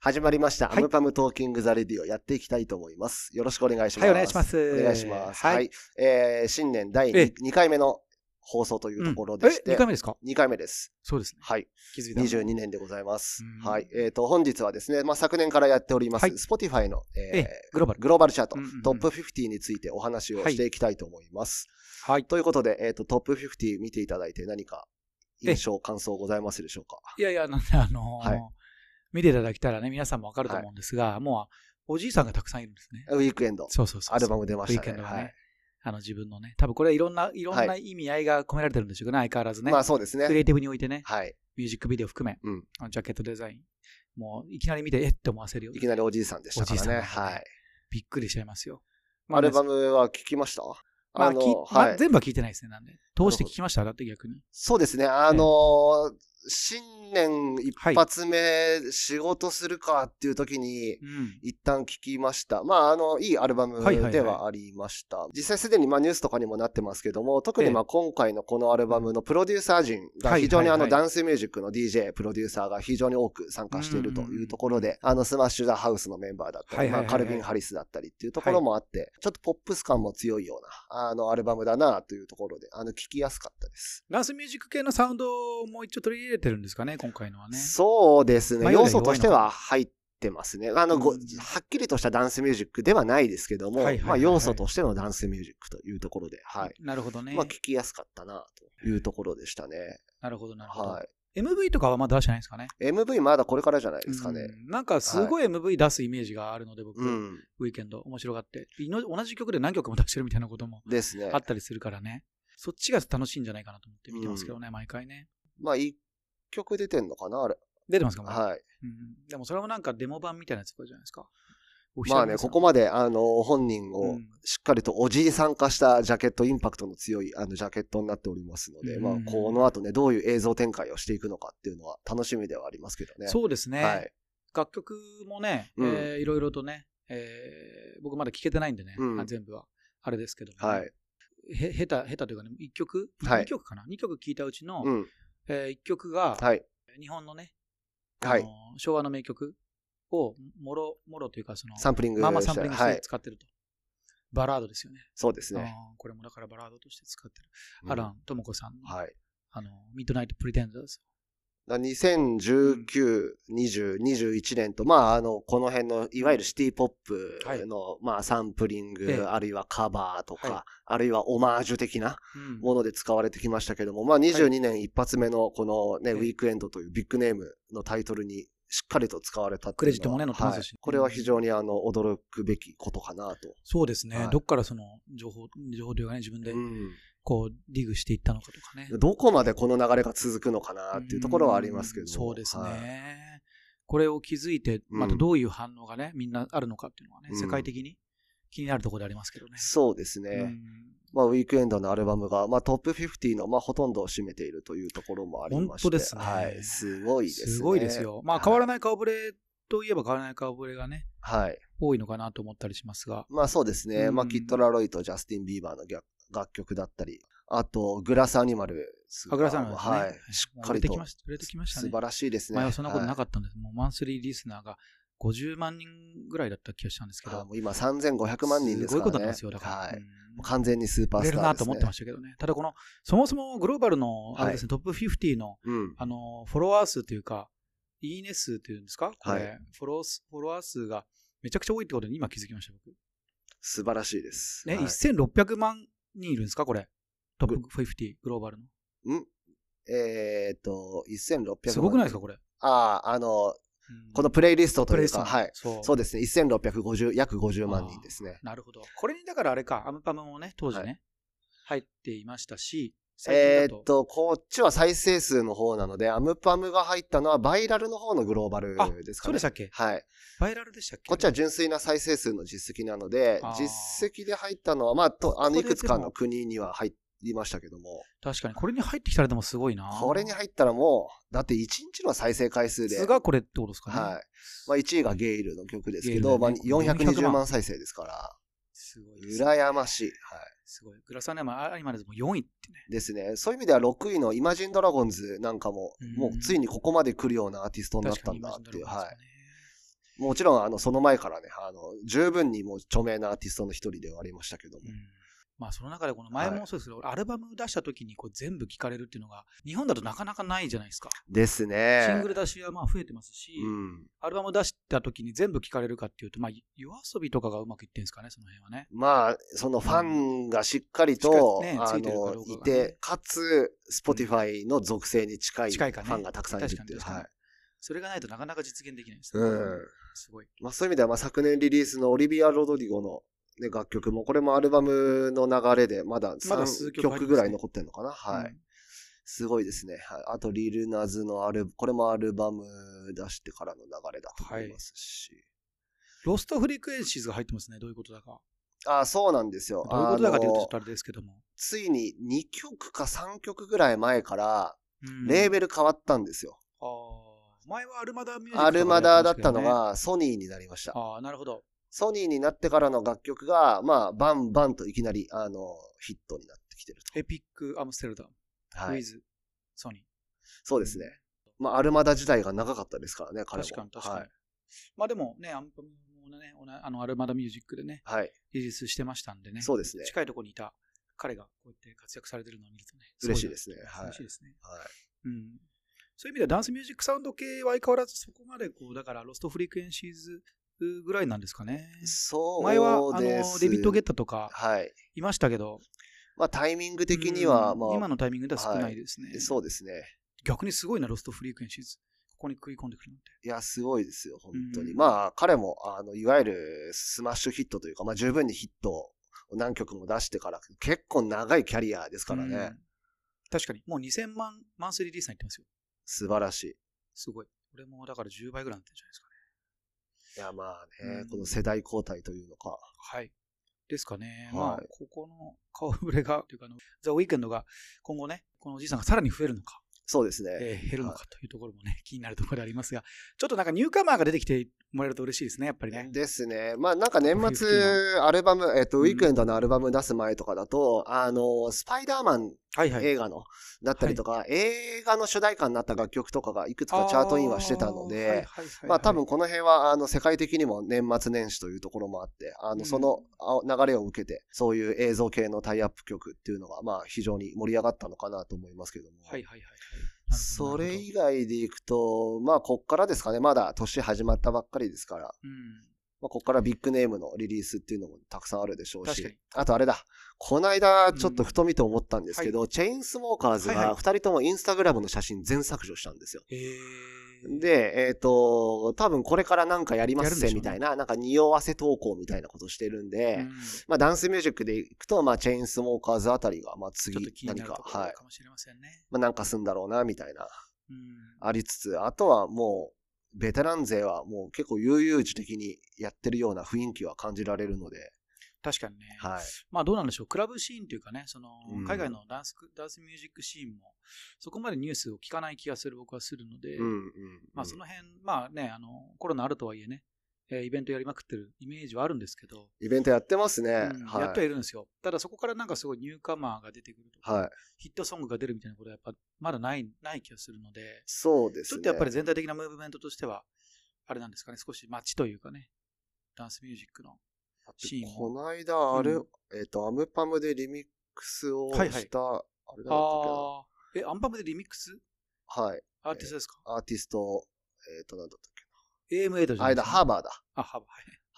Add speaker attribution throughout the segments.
Speaker 1: 始まりました。
Speaker 2: は
Speaker 1: ア
Speaker 2: い
Speaker 1: ムパムトーキングザレディをやっていきたいと思います。よろしくお願いします。
Speaker 2: はいお願いします
Speaker 1: お願いします。は。
Speaker 2: はいい
Speaker 1: えー新年第
Speaker 2: え
Speaker 1: 2,
Speaker 2: え
Speaker 1: 回目の放送というところでして、
Speaker 2: え、2回目ですか
Speaker 1: 2回目です。
Speaker 2: そうですね。
Speaker 1: はい。
Speaker 2: 気づいた。
Speaker 1: 22年でございます。
Speaker 2: うん
Speaker 1: はい。えっ、と、本日はですね、まあ、昨年からやっております、
Speaker 2: はい
Speaker 1: Spotify の、えー
Speaker 2: ええグローバル。
Speaker 1: グローバルチャート、
Speaker 2: うんうんうん
Speaker 1: トップ50についてお話をしていきたいと思います。
Speaker 2: はい。
Speaker 1: ということで、えっ、と、トップ50見ていただいて何か印象、感想ございますでしょうか
Speaker 2: いやいや、なんで、あのー
Speaker 1: はい
Speaker 2: 見ていただけたらね、皆さんもわかると思うんですが、もう、おじいさんがたくさんいるんですね。
Speaker 1: ウィークエンド、
Speaker 2: そうそうそうそう。
Speaker 1: アルバム出ました
Speaker 2: ウィークエン
Speaker 1: ね。
Speaker 2: ドが
Speaker 1: はい。
Speaker 2: ね、あの、自分のね、多分これはいろんな、いろんな
Speaker 1: は
Speaker 2: 意味合いが込められてるんでしょうけどね、相変わらずね。
Speaker 1: まあそうです
Speaker 2: クリエ
Speaker 1: ね。
Speaker 2: イティブにおいてね、
Speaker 1: はい。
Speaker 2: ミュージックビデオ含め、
Speaker 1: うん
Speaker 2: あのジャケットデザイン、もういきなり見て、えって思わせるよう
Speaker 1: い
Speaker 2: な
Speaker 1: きなりおじいさんでしたからね。
Speaker 2: おじいさん
Speaker 1: はい。
Speaker 2: びっくりしちゃいますよ。
Speaker 1: アルバ
Speaker 2: ム、
Speaker 1: ムは聞きました
Speaker 2: まあ、
Speaker 1: の、
Speaker 2: き
Speaker 1: はい
Speaker 2: まあ全部は聞いてないですね、なんで。通して聞きましただって逆に。
Speaker 1: そうですね。あのー新年一発目、仕事するかっていう時に、
Speaker 2: うん。
Speaker 1: 一旦聞きました。まあ、あの、いいアルバム
Speaker 2: はいはいはい
Speaker 1: ではありました。実際すでに、まあ、ニュースとかにもなってますけども、特に、まあ、今回のこのアルバムのプロデューサー陣が
Speaker 2: はい
Speaker 1: 非常に、
Speaker 2: は
Speaker 1: あ
Speaker 2: いはい
Speaker 1: の、ダンスミュージックの DJ、プロデューサーが非常に多く参加しているというところで、あの、スマッシュ・ザ・ハウスのメンバーだった
Speaker 2: はい
Speaker 1: り、
Speaker 2: はい
Speaker 1: ま
Speaker 2: は
Speaker 1: あ、カ
Speaker 2: いはい
Speaker 1: ルビン・ハリスだったりっていうところもあって、ちょっとポップス感も強いような、あの、アルバムだなというところで、あの、聞きやすかったです。
Speaker 2: ダンスミュージック系のサウンドも一応取り入れてるんですかね、今回のはね。
Speaker 1: そうですね。
Speaker 2: 迷いが
Speaker 1: 要
Speaker 2: 弱いのか
Speaker 1: 素としては入ってますね。あの、ご
Speaker 2: う
Speaker 1: はっ
Speaker 2: ん
Speaker 1: きりとしたダンスミュージックではないですけども、
Speaker 2: はいはいはい
Speaker 1: ま
Speaker 2: は
Speaker 1: あ
Speaker 2: い
Speaker 1: 要素としてのダンスミュージックというところで、はい。
Speaker 2: なるほどね。
Speaker 1: まあ聞きやすかったなというところでしたね。
Speaker 2: なるほど、なるほど。
Speaker 1: は
Speaker 2: MV とかはまだ出してないですかね。
Speaker 1: い。MV まだこれからじゃないですかね。
Speaker 2: うんなんかすごい MV 出すイメージがあるので、僕、
Speaker 1: うん。
Speaker 2: ウィーケンド、面白がって。いの同じ曲で何曲も出してるみたいなことも
Speaker 1: ですね
Speaker 2: あ。ったりするからね。そっちが楽しいんじゃないかなと思って見てますけどね、毎回ね。
Speaker 1: まあ一曲出てんのかなあれ。
Speaker 2: 出てますか、もう
Speaker 1: はい。
Speaker 2: うんでもそれもなんかデモ版みたいなやつとかじゃないですか。オフィシ
Speaker 1: ま
Speaker 2: ャ
Speaker 1: あ
Speaker 2: ル
Speaker 1: ね、
Speaker 2: です
Speaker 1: こ
Speaker 2: よ
Speaker 1: こまで、あの、本人を、
Speaker 2: うん
Speaker 1: しっかりとおじいさん化したジャケット、インパクトの強いあのジャケットになっておりますので、
Speaker 2: うん
Speaker 1: まあ、この後ね、どういう映像展開をしていくのかっていうのは楽しみではありますけどね。
Speaker 2: そうですね。
Speaker 1: はい。
Speaker 2: 楽曲もね、
Speaker 1: うん
Speaker 2: えーいろいろとね、えー僕まだ聴けてないんでね、
Speaker 1: うん
Speaker 2: あ全部は。あれですけども、
Speaker 1: はい。
Speaker 2: へ、下手、下手というかね、1曲、
Speaker 1: はい
Speaker 2: 2曲かな、二曲聴いたうちの、
Speaker 1: うん。
Speaker 2: え1曲が、
Speaker 1: はい。
Speaker 2: 日本のね、あの
Speaker 1: はい。
Speaker 2: 昭和の名曲を、もろ、もろというか、その、
Speaker 1: サンプリング
Speaker 2: まあまあ
Speaker 1: した
Speaker 2: サンプリングし
Speaker 1: は
Speaker 2: て
Speaker 1: い。
Speaker 2: 使ってると。バラードですよね。
Speaker 1: そうですね。
Speaker 2: あーこれもだからバラードとして使ってる。
Speaker 1: うん
Speaker 2: アラン・トモコさんの、
Speaker 1: はい。
Speaker 2: あの、ミッドナイト・プリテンダーズ。
Speaker 1: だ2019、20、21年と、まあ、あの、この辺の、いわゆるシティポップの、まあ、サンプリン
Speaker 2: ええ
Speaker 1: グ、あるいはカバーとか、
Speaker 2: は
Speaker 1: あるいはオマージュ的な、
Speaker 2: うん
Speaker 1: もので使われてきましたけども、まあ22年一発目のこのね、
Speaker 2: はい
Speaker 1: ウィークエンドというビッグネームのタイトルにしっかりと使われたっていうのは
Speaker 2: クレジットもね載ってますし
Speaker 1: はいこれは非常にあの、驚くべきことかなと。
Speaker 2: そうですね、
Speaker 1: はい
Speaker 2: どっからその情報、情報というかね、自分でこう、ディグしていったのかとかね。
Speaker 1: どこまでこの流れが続くのかなっていうところはありますけど
Speaker 2: うん
Speaker 1: も
Speaker 2: そうですね。
Speaker 1: はい
Speaker 2: これを気づいて、
Speaker 1: うん
Speaker 2: またどういう反応がね、みんなあるのかっていうのはね、
Speaker 1: うん
Speaker 2: 世界的に気になるところでありますけどね。
Speaker 1: そうですね。まあ、ウィークエンドのアルバムが、まあ、トップ50の、まあ、ほとんどを占めているというところもありまして。
Speaker 2: 本当ですね
Speaker 1: はい。すご
Speaker 2: う
Speaker 1: い
Speaker 2: ん
Speaker 1: ですね。
Speaker 2: すごいですよ。まあ、変わら
Speaker 1: ない。
Speaker 2: ない顔ぶれといえば変わらない顔ぶれがね、
Speaker 1: はい。
Speaker 2: 多いのかなと思ったりしますが。
Speaker 1: まあそうですね。
Speaker 2: うん
Speaker 1: まあ、キット・ラロイとジャスティン・ビーバーの楽楽曲だったり、あと、グラス・アニマルズが。
Speaker 2: あぐらさんはですね、
Speaker 1: はい。しっかり
Speaker 2: 売れて
Speaker 1: と
Speaker 2: き。ました売れてきました
Speaker 1: 素
Speaker 2: ね。
Speaker 1: 晴らしいですね。
Speaker 2: 前はそんなことな
Speaker 1: かっ
Speaker 2: かったんです。もうマンスリーリスナーが50万人ぐらいだった気がしたんですけど
Speaker 1: も。う今3500万人です
Speaker 2: すごい
Speaker 1: からね。
Speaker 2: ことになりますよ、だから。
Speaker 1: は
Speaker 2: う
Speaker 1: い。
Speaker 2: ん
Speaker 1: もう完全にスーパー
Speaker 2: 売れ
Speaker 1: スタ
Speaker 2: る
Speaker 1: ー
Speaker 2: な
Speaker 1: です、
Speaker 2: と
Speaker 1: ね。
Speaker 2: 思ってま
Speaker 1: し
Speaker 2: したけどね。ただこの、そもそもグローバルの、
Speaker 1: はい
Speaker 2: あれですね、トップ50の、
Speaker 1: た。うん。
Speaker 2: あの、フォロワー数というか、いいね数というんですかこれ、
Speaker 1: は
Speaker 2: フォロー数、フォロワー数がめちゃくちゃ多いってことに今気づきました、僕。
Speaker 1: 素晴らしいです。
Speaker 2: ね、
Speaker 1: はい
Speaker 2: 1600万人いるんですかこれ。トップ50、グローバルの。
Speaker 1: んえーっと、1600万人
Speaker 2: すごくないですかこれ。
Speaker 1: ああ、あの、
Speaker 2: うん
Speaker 1: このプレイリストと
Speaker 2: プ
Speaker 1: い
Speaker 2: レ
Speaker 1: う
Speaker 2: イさ
Speaker 1: か、
Speaker 2: ん
Speaker 1: はい。
Speaker 2: そう。
Speaker 1: そうですね。1650、約50万人ですね。
Speaker 2: なるほど。これにだからあれか、アムパムもね、当時ね、入っていましたし、最近
Speaker 1: え
Speaker 2: だ
Speaker 1: ーっ
Speaker 2: と。
Speaker 1: と、こっちは再生数の方なので、アムパムが入ったのはバイラルの方のグローバル
Speaker 2: あ
Speaker 1: です、か
Speaker 2: そう
Speaker 1: ね
Speaker 2: でし。たっけ
Speaker 1: はい。
Speaker 2: バイラルでしたっけ
Speaker 1: こっちは純粋な再生数の実績なので
Speaker 2: あ、ー
Speaker 1: 実績で入ったのは、まあ、とあの、
Speaker 2: ここで
Speaker 1: いくつか
Speaker 2: で
Speaker 1: の
Speaker 2: も
Speaker 1: 国には入りましたけども、
Speaker 2: 確かに、これに入ってきたらでもすごいな。
Speaker 1: これに入ったらもう、だって1日の再生回数で、
Speaker 2: 数
Speaker 1: はい。
Speaker 2: がこれってことですかね。
Speaker 1: まあ、1位がゲイルの曲ですけ
Speaker 2: ゲイル
Speaker 1: ど、
Speaker 2: だね
Speaker 1: まあ、420
Speaker 2: 420
Speaker 1: 万再生ですから、
Speaker 2: すごいです。
Speaker 1: 羨ましい。は
Speaker 2: すごい。グラサンネームアニマルズも4位ってね。
Speaker 1: い。ですね。そういう意味では6位のイマジンドラゴンズなんかも、
Speaker 2: うん
Speaker 1: もうついにここまで来るようなアーティストになっ
Speaker 2: 確
Speaker 1: た
Speaker 2: かに
Speaker 1: んだ
Speaker 2: 今
Speaker 1: っ
Speaker 2: のド
Speaker 1: ていう。
Speaker 2: ラゴンズ
Speaker 1: は
Speaker 2: も
Speaker 1: い
Speaker 2: ね。。
Speaker 1: もちろん、あの、その前からね、あの、十分にもう著名なアーティストの一人ではありましたけども
Speaker 2: う。んまあその中でこの前もそうですけど、アルバム出した時にこう全部聞かれるっていうのが、日本だとなかなかないじゃないですか。
Speaker 1: ですね。
Speaker 2: シングル出しはまあ増えてますし、
Speaker 1: うん。
Speaker 2: アルバム出した時に全部聞かれるかっていうと、まあ夜遊びとかがうまくいってるんですかね、その辺はね。
Speaker 1: まあ、そのファンがしっかりと、
Speaker 2: しっ
Speaker 1: あ
Speaker 2: かりねついてるか
Speaker 1: の
Speaker 2: どうかがね
Speaker 1: いて、かつ、Spotify の属性に近いフ
Speaker 2: 近いかね
Speaker 1: ァンがたくさんいるっていう。
Speaker 2: 確かに確かに
Speaker 1: はい。
Speaker 2: それがないとなかなか実現できないですね。
Speaker 1: うん。
Speaker 2: すごい。
Speaker 1: まあそういう意味では、まあ昨年リリースのオリビア・ロドリゴの、ね、楽曲も、これもアルバムの流れで、まだ
Speaker 2: まだ数
Speaker 1: 3
Speaker 2: 曲入ってますね
Speaker 1: 曲ぐらい残ってるのかな。はい。
Speaker 2: うん
Speaker 1: すごいですね。はいあと、リルナズのアル、これもアルバム出してからの流れだと思いますし。
Speaker 2: ロストフリクエンシーズが入ってますね、どういうことだか。
Speaker 1: ああ、そうなんですよ。
Speaker 2: どういうことだかというと
Speaker 1: あ
Speaker 2: ちょ
Speaker 1: の
Speaker 2: っとあれですけども。
Speaker 1: ついに2曲か3曲ぐらい前から、レー
Speaker 2: ル。
Speaker 1: ベル変わったんですよ。
Speaker 2: あー前はアルマダミュージックとか
Speaker 1: アルマダだったの
Speaker 2: でやて
Speaker 1: がソニーになりまし
Speaker 2: ましたけ
Speaker 1: た。
Speaker 2: どね。ああ、なるほど。
Speaker 1: ソニーになってからの楽曲が、まあ、バンバンといきなり、あの、ヒットになってきてる
Speaker 2: エピックアムステルダム、
Speaker 1: と。は
Speaker 2: ウィ
Speaker 1: い。
Speaker 2: ズ、ソニー。
Speaker 1: そうですね。まあ、アルマダ時代が長かったですからね、彼も。
Speaker 2: 確かに確かに。
Speaker 1: はい。
Speaker 2: まあでもね、アンパムもね、おなあのアルマダミュージックでね、
Speaker 1: はい。
Speaker 2: リリースしてましたんでね。
Speaker 1: そうですね
Speaker 2: 近いところにいた彼がこうやって活躍されてるのを見るとね。
Speaker 1: 嬉しいですね
Speaker 2: ごな
Speaker 1: はい
Speaker 2: 嬉しいですね。
Speaker 1: はい
Speaker 2: うん。そういう意味ではダンスミュージックサウンド系は相変わらずそこまでこう、だからロストフリクエンシーズぐらいなんですかね。
Speaker 1: そう
Speaker 2: 前はあの
Speaker 1: です
Speaker 2: デビッド・ゲッタとか
Speaker 1: はい。
Speaker 2: いましたけど、
Speaker 1: まあ、タイミング的には、
Speaker 2: うん
Speaker 1: まあ、
Speaker 2: 今のタイミングでは少ないですね。
Speaker 1: そうですね。
Speaker 2: 逆にすごいな、ロストフリークエンシーズ。ここに食い込んでくるなんて。
Speaker 1: いや、すごいですよ、本当に。
Speaker 2: うん
Speaker 1: まあ、彼も、あの、いわゆるスマッシュヒットというか、まあ、十分にヒットを何曲も出してから、結構長いキャリアですからね。
Speaker 2: うん確かに、もう2000万マンスリーリースさんいってますよ。
Speaker 1: 素晴らしい。
Speaker 2: すごい。俺もだから10倍ぐらいになってるんじゃないですかね。
Speaker 1: いや、まあね、
Speaker 2: うん
Speaker 1: この世代交代というのか。
Speaker 2: はい。ですかね。
Speaker 1: はい
Speaker 2: まあ、ここの顔ぶれが、というかあの、ザ・ウィークエンドが今後ね、このおじいさんがさらに増えるのか、
Speaker 1: そうですね。
Speaker 2: えー減るのかというところもね、気になるところでありますが、ちょっとなんかニューカマーが出てきてもらえると嬉しいですね、やっぱりね。
Speaker 1: ですね。まあなんか年
Speaker 2: こういう
Speaker 1: 末、アルバム、えっ、と、
Speaker 2: う
Speaker 1: ウ
Speaker 2: ん
Speaker 1: ィークエンドのアルバム出す前とかだと、あの、スパイダーマン
Speaker 2: はいはい。
Speaker 1: 映画の、だったりとか、映画の主題歌になった楽曲とかがいくつかチャートインはしてたので、
Speaker 2: あーはいはいはいはい
Speaker 1: まあ多分この辺はあの世界的にも年末年始というところもあって、あ
Speaker 2: うん
Speaker 1: のそのあ流れを受けて、そういう映像系のタイアップ曲っていうのがまあ非常に盛り上がったのかなと思いますけども。
Speaker 2: はいはいはいはい。
Speaker 1: そ
Speaker 2: な
Speaker 1: れ
Speaker 2: るほど
Speaker 1: 以外でいくと、まあこっからですかね、まだ年始まったばっかりですから、まあこっからビッグネームのリリースっていうのもたくさんあるでしょ
Speaker 2: うん、
Speaker 1: う
Speaker 2: 確か
Speaker 1: し
Speaker 2: に、。
Speaker 1: あとあれだ、この間ちょっとふと見て思ったんですけど、
Speaker 2: う
Speaker 1: チェインスモーカーズ
Speaker 2: はいは
Speaker 1: が2人ともインスタグラムの写真全削除したんですよ。
Speaker 2: えー、
Speaker 1: で、えっ、と、多分これからなんかやりま
Speaker 2: やるん
Speaker 1: す
Speaker 2: で
Speaker 1: ぜ
Speaker 2: しょうね
Speaker 1: みたいな、なんか匂わせ投稿みたいなことしてるんで、
Speaker 2: うん
Speaker 1: まあダンスミュージックでいくと、まあチェインスモーカーズあたりが、まあ
Speaker 2: ちょっと
Speaker 1: 次
Speaker 2: 気に
Speaker 1: 何
Speaker 2: なる
Speaker 1: か、
Speaker 2: とこ
Speaker 1: は
Speaker 2: ろ
Speaker 1: い。
Speaker 2: かもしれませんね。
Speaker 1: まあなんかすんだろうな、みたいな、
Speaker 2: うん
Speaker 1: ありつつ、あとはもう、ベテラン勢はもう結構悠々自適にやってるような雰囲気は感じられるので、
Speaker 2: 確かにね、
Speaker 1: はい。
Speaker 2: まあどうなんでしょう、クラブシーンというかね、その
Speaker 1: うん
Speaker 2: 海外のダンス,、ダンスミュージックシーンも、そこまでニュースを聞かない気がする、僕はするので、
Speaker 1: うんうん、
Speaker 2: まあその辺、まあね、あのコロナあるとはいえね、えーイベントやりまくってるイメージはあるんですけど、
Speaker 1: イベントやってますね。
Speaker 2: うん
Speaker 1: はい。
Speaker 2: やってはいるんですよ。ただそこからなんかすごいニューカマーが出てくるとか、
Speaker 1: はい。
Speaker 2: ヒットソングが出るみたいなことはやっぱまだないない気がするので、
Speaker 1: そうです
Speaker 2: ちょ
Speaker 1: ね。
Speaker 2: っとやっぱり全体的なムーブメントとしては、あれなんですかね、少し街というかね、ダンスミュージックのシーン
Speaker 1: こ
Speaker 2: を。
Speaker 1: の間、あれ、
Speaker 2: うん
Speaker 1: えっ、と、アムパムでリミックスを
Speaker 2: はいはい
Speaker 1: した、あれなんだったっけな
Speaker 2: あーえ、アンパムでリミックス
Speaker 1: はい。
Speaker 2: アーティストですか、
Speaker 1: アーティスト、えっ、と、なんだったっ
Speaker 2: ?AM8 じゃ
Speaker 1: け。
Speaker 2: な
Speaker 1: あ
Speaker 2: い
Speaker 1: れ
Speaker 2: で
Speaker 1: だ、
Speaker 2: す
Speaker 1: ハー
Speaker 2: か。
Speaker 1: バーだ。
Speaker 2: あ、ハーバー。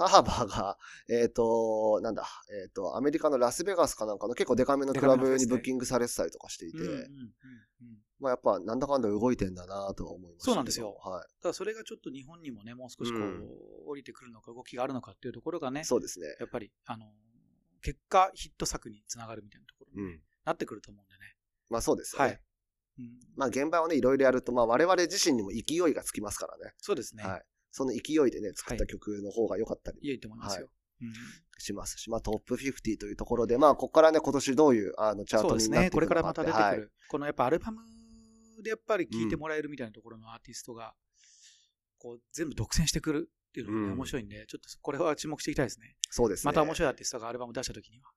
Speaker 1: ハーバーが、えっ、と、なんだ、えっ、と、アメリカのラスベガスかなんかの結構デカめのクラブにブッキングされてたりとかしていて、
Speaker 2: う んうんうんうん、
Speaker 1: まあやっぱなんだかんだ動いてんだなとは思いましたけど
Speaker 2: そうなんですよ
Speaker 1: は
Speaker 2: ただそれがちょっと日本にもね、もう少しこう、
Speaker 1: うん
Speaker 2: 降りてくるのか、動きがあるのかっていうところがね
Speaker 1: い。、そうですね。
Speaker 2: やっぱり、あの、結果、ヒット作につながるみたいなところ
Speaker 1: う
Speaker 2: に
Speaker 1: ん。
Speaker 2: なってくると思うんでね。
Speaker 1: まあそうですよ
Speaker 2: は
Speaker 1: ね。
Speaker 2: い。うん、
Speaker 1: まあ現場をね、いろいろやると、まあ我々自身にも勢いがつきますからね。
Speaker 2: そうですね。
Speaker 1: はい。その勢いでね、作った曲の方が良かったり
Speaker 2: い、いと思いますよ。うん
Speaker 1: しますし、まあトップ50というところで、まあここからね、今年どういうあのチャー
Speaker 2: そう
Speaker 1: ト
Speaker 2: です
Speaker 1: になって
Speaker 2: ね、こ
Speaker 1: く
Speaker 2: れ
Speaker 1: る
Speaker 2: から
Speaker 1: の
Speaker 2: ま
Speaker 1: か
Speaker 2: た
Speaker 1: って
Speaker 2: 出て
Speaker 1: は
Speaker 2: く
Speaker 1: い
Speaker 2: る、このやっぱアルバムでやっぱり聴いてもらえるみたいなところのアーティストが、こう全部独占してくるっていうのがね、
Speaker 1: うん
Speaker 2: 面白いんで、ちょっとこれは注目していきたいですね。
Speaker 1: そうですね。
Speaker 2: また面白いアーティストがアルバム出した時には、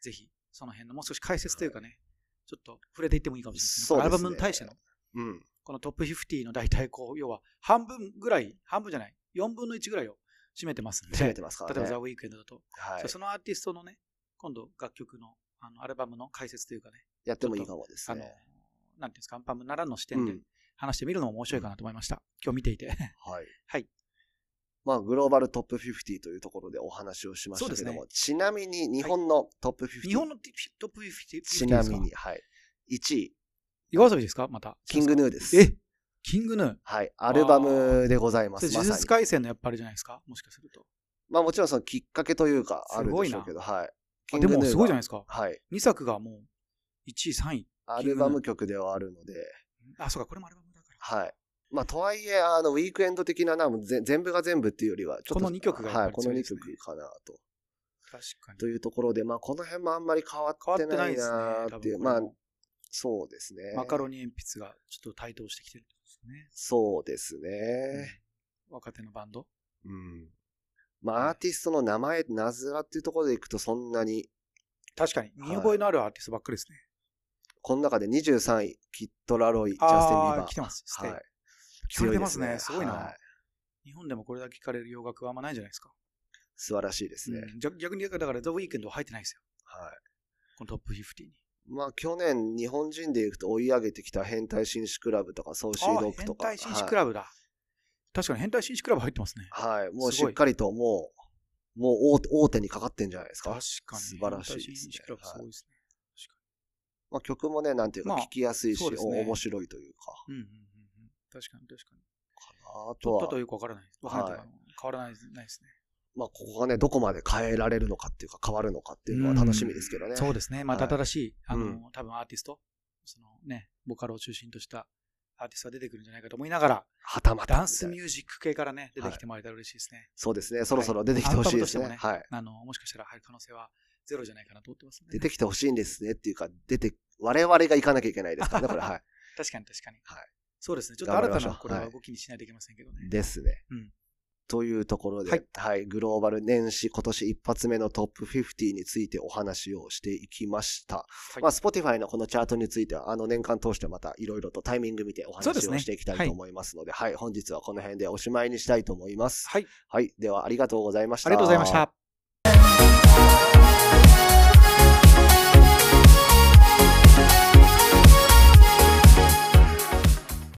Speaker 2: ぜひ、その辺のもう少し解説というかね、ちょっと触れていってもいいかもしれ
Speaker 1: そう
Speaker 2: ない
Speaker 1: です
Speaker 2: ですね。
Speaker 1: ね
Speaker 2: アルバムに対しての、
Speaker 1: うん。
Speaker 2: このトップ50の大体こう、要は半分ぐらい、半分じゃない、4分の1ぐらいを占めてますんで、
Speaker 1: 攻めてますから
Speaker 2: 例えば
Speaker 1: ね。
Speaker 2: ザ・ウィークエンドだと、
Speaker 1: はい
Speaker 2: そう。そのアーティストのね、今度楽曲の、あの、アルバムの解説というかね、
Speaker 1: やってもいいかもです
Speaker 2: あの、
Speaker 1: ね。
Speaker 2: なんていうんですか、アンパンムならの視点で
Speaker 1: うん
Speaker 2: 話してみるのも面白いかなと思いました。今日見 ていて。
Speaker 1: はい。
Speaker 2: はい。
Speaker 1: まあ、グローバルトップ50というところでお話をしましたけども、
Speaker 2: そう
Speaker 1: ちなみに日本のトップ50。
Speaker 2: 日本のティトップ50です
Speaker 1: ちな
Speaker 2: か
Speaker 1: みに、。はい。1位、
Speaker 2: 岩遊びですかまた。
Speaker 1: キングヌーです。
Speaker 2: えキングヌー。
Speaker 1: はい。アルバムでございま
Speaker 2: そ
Speaker 1: す。
Speaker 2: れ
Speaker 1: ま
Speaker 2: 呪
Speaker 1: さ
Speaker 2: 術
Speaker 1: に。
Speaker 2: 廻戦のやっぱあれじゃないですかもしかすると。
Speaker 1: まあ、もちろんそのきっかけというか、あるんでしょうけど、はい。
Speaker 2: あでもすごいじゃ
Speaker 1: い
Speaker 2: ないですか。
Speaker 1: はい。
Speaker 2: 2作がもう1位、3位。
Speaker 1: アルバム曲ではあるので、
Speaker 2: あ、そうか、これもアルバムだから。
Speaker 1: はい。まあ、とはいえ、あの、ウィークエンド的な、なぜ全部が全部っていうよりは、ちょっと
Speaker 2: この二曲がやっぱ
Speaker 1: は
Speaker 2: り
Speaker 1: い、この
Speaker 2: 強い
Speaker 1: 2
Speaker 2: ですね
Speaker 1: 曲かなと。
Speaker 2: 確かに。
Speaker 1: というところで、まあ、この辺もあんまり変わ
Speaker 2: 変わ
Speaker 1: っ
Speaker 2: ってて
Speaker 1: な
Speaker 2: ない
Speaker 1: い
Speaker 2: ですね
Speaker 1: な。ー
Speaker 2: 多
Speaker 1: っていう、
Speaker 2: 分
Speaker 1: まあ
Speaker 2: これ、も
Speaker 1: そうですね。
Speaker 2: マカロニ鉛筆がちょっと台頭してきてるんですね。
Speaker 1: そうですね。
Speaker 2: 若手のバンド。
Speaker 1: うん。まあ、アーティストの名前、名面っていうところでいくと、そんなに、
Speaker 2: 確かに。
Speaker 1: はい
Speaker 2: 見覚えのあるアーティストばっかりですね。
Speaker 1: この中で23位、キッド・ラロイ、ジャスティン・ビー
Speaker 2: あ
Speaker 1: バ
Speaker 2: ー
Speaker 1: ー。
Speaker 2: 来てます。ステイ
Speaker 1: はい。
Speaker 2: 聞かれてますね
Speaker 1: 強
Speaker 2: すごいな
Speaker 1: は
Speaker 2: 日本でもこれだけ聞かれる洋楽はあんまないんじゃないですか。
Speaker 1: 素晴らしいですね。
Speaker 2: うんじゃ逆にだから、ザ・ウィークエンドは入ってないですよ。
Speaker 1: はい。
Speaker 2: このトップ50に。
Speaker 1: まあ、去年、日本人でいくと追い上げてきた変態紳士クラブとか、ソーシードッ
Speaker 2: ああ、
Speaker 1: クと
Speaker 2: 変
Speaker 1: か。
Speaker 2: 態紳士クラブだ。確かに変態紳士クラブ入ってますね。
Speaker 1: はい。はい。もう
Speaker 2: す
Speaker 1: し
Speaker 2: ごい
Speaker 1: っかりと、もう、もう大手大手にかかってんじゃないですか。
Speaker 2: 確かに。
Speaker 1: 素晴らしいですね
Speaker 2: 変態紳士クラブすごいですね。
Speaker 1: まあ、曲もね、なんていうか、
Speaker 2: まあ
Speaker 1: 聞きやすいし、
Speaker 2: そうですね
Speaker 1: お面白いというか。
Speaker 2: うんうんうんうん。確かに確かに。
Speaker 1: あ
Speaker 2: ち
Speaker 1: と
Speaker 2: ょっと
Speaker 1: は
Speaker 2: と、よくわからない。わからないと
Speaker 1: は
Speaker 2: いうか変わらないないですね。
Speaker 1: まあ、ここがね、どこまで変えられるのかっていうか、変わるのかっていうのは楽しみですけど
Speaker 2: う
Speaker 1: ね
Speaker 2: ん。そうですね。また
Speaker 1: はい
Speaker 2: 新しい、あ
Speaker 1: う
Speaker 2: の、多分アーティスト、そのね、ボカロを中心としたアーティストが出てくるんじゃないかと思いながら、
Speaker 1: はたまた。
Speaker 2: ダンスミュージック系からね、出てきてもらえたら嬉しいですね。
Speaker 1: そうですね。そろそろ出てきてほしいです
Speaker 2: はいア
Speaker 1: ね
Speaker 2: ル。バ
Speaker 1: はい。
Speaker 2: あの、もしかしたら入る可能性はゼロじゃないかなと思ってますね。
Speaker 1: 出てきてほしいんですねっていうか、出て、我々が行かなきゃいけないですからね、これ。は
Speaker 2: 確かに確かに。
Speaker 1: はい
Speaker 2: そうですね。ちょっと
Speaker 1: 頑張り
Speaker 2: 新
Speaker 1: ま
Speaker 2: た
Speaker 1: しょう
Speaker 2: なこれ
Speaker 1: は
Speaker 2: はい動きにしないといけませんけどね。
Speaker 1: い。ですね。
Speaker 2: うん
Speaker 1: というところで、
Speaker 2: は
Speaker 1: はいい、グローバル年始今年一発目のトップ50についてお話をしていきました。
Speaker 2: い
Speaker 1: まあ、Spotify のこのチャートについては、あの年間通してまたいろいろとタイミング見てお
Speaker 2: そうで
Speaker 1: 話
Speaker 2: すね
Speaker 1: をしていきたいと思いますので、はい、本日はこの辺でおしまいにしたいと思います。
Speaker 2: はい。
Speaker 1: はい、ではありがとうございまし
Speaker 2: あ
Speaker 1: た。
Speaker 2: りがとうございました。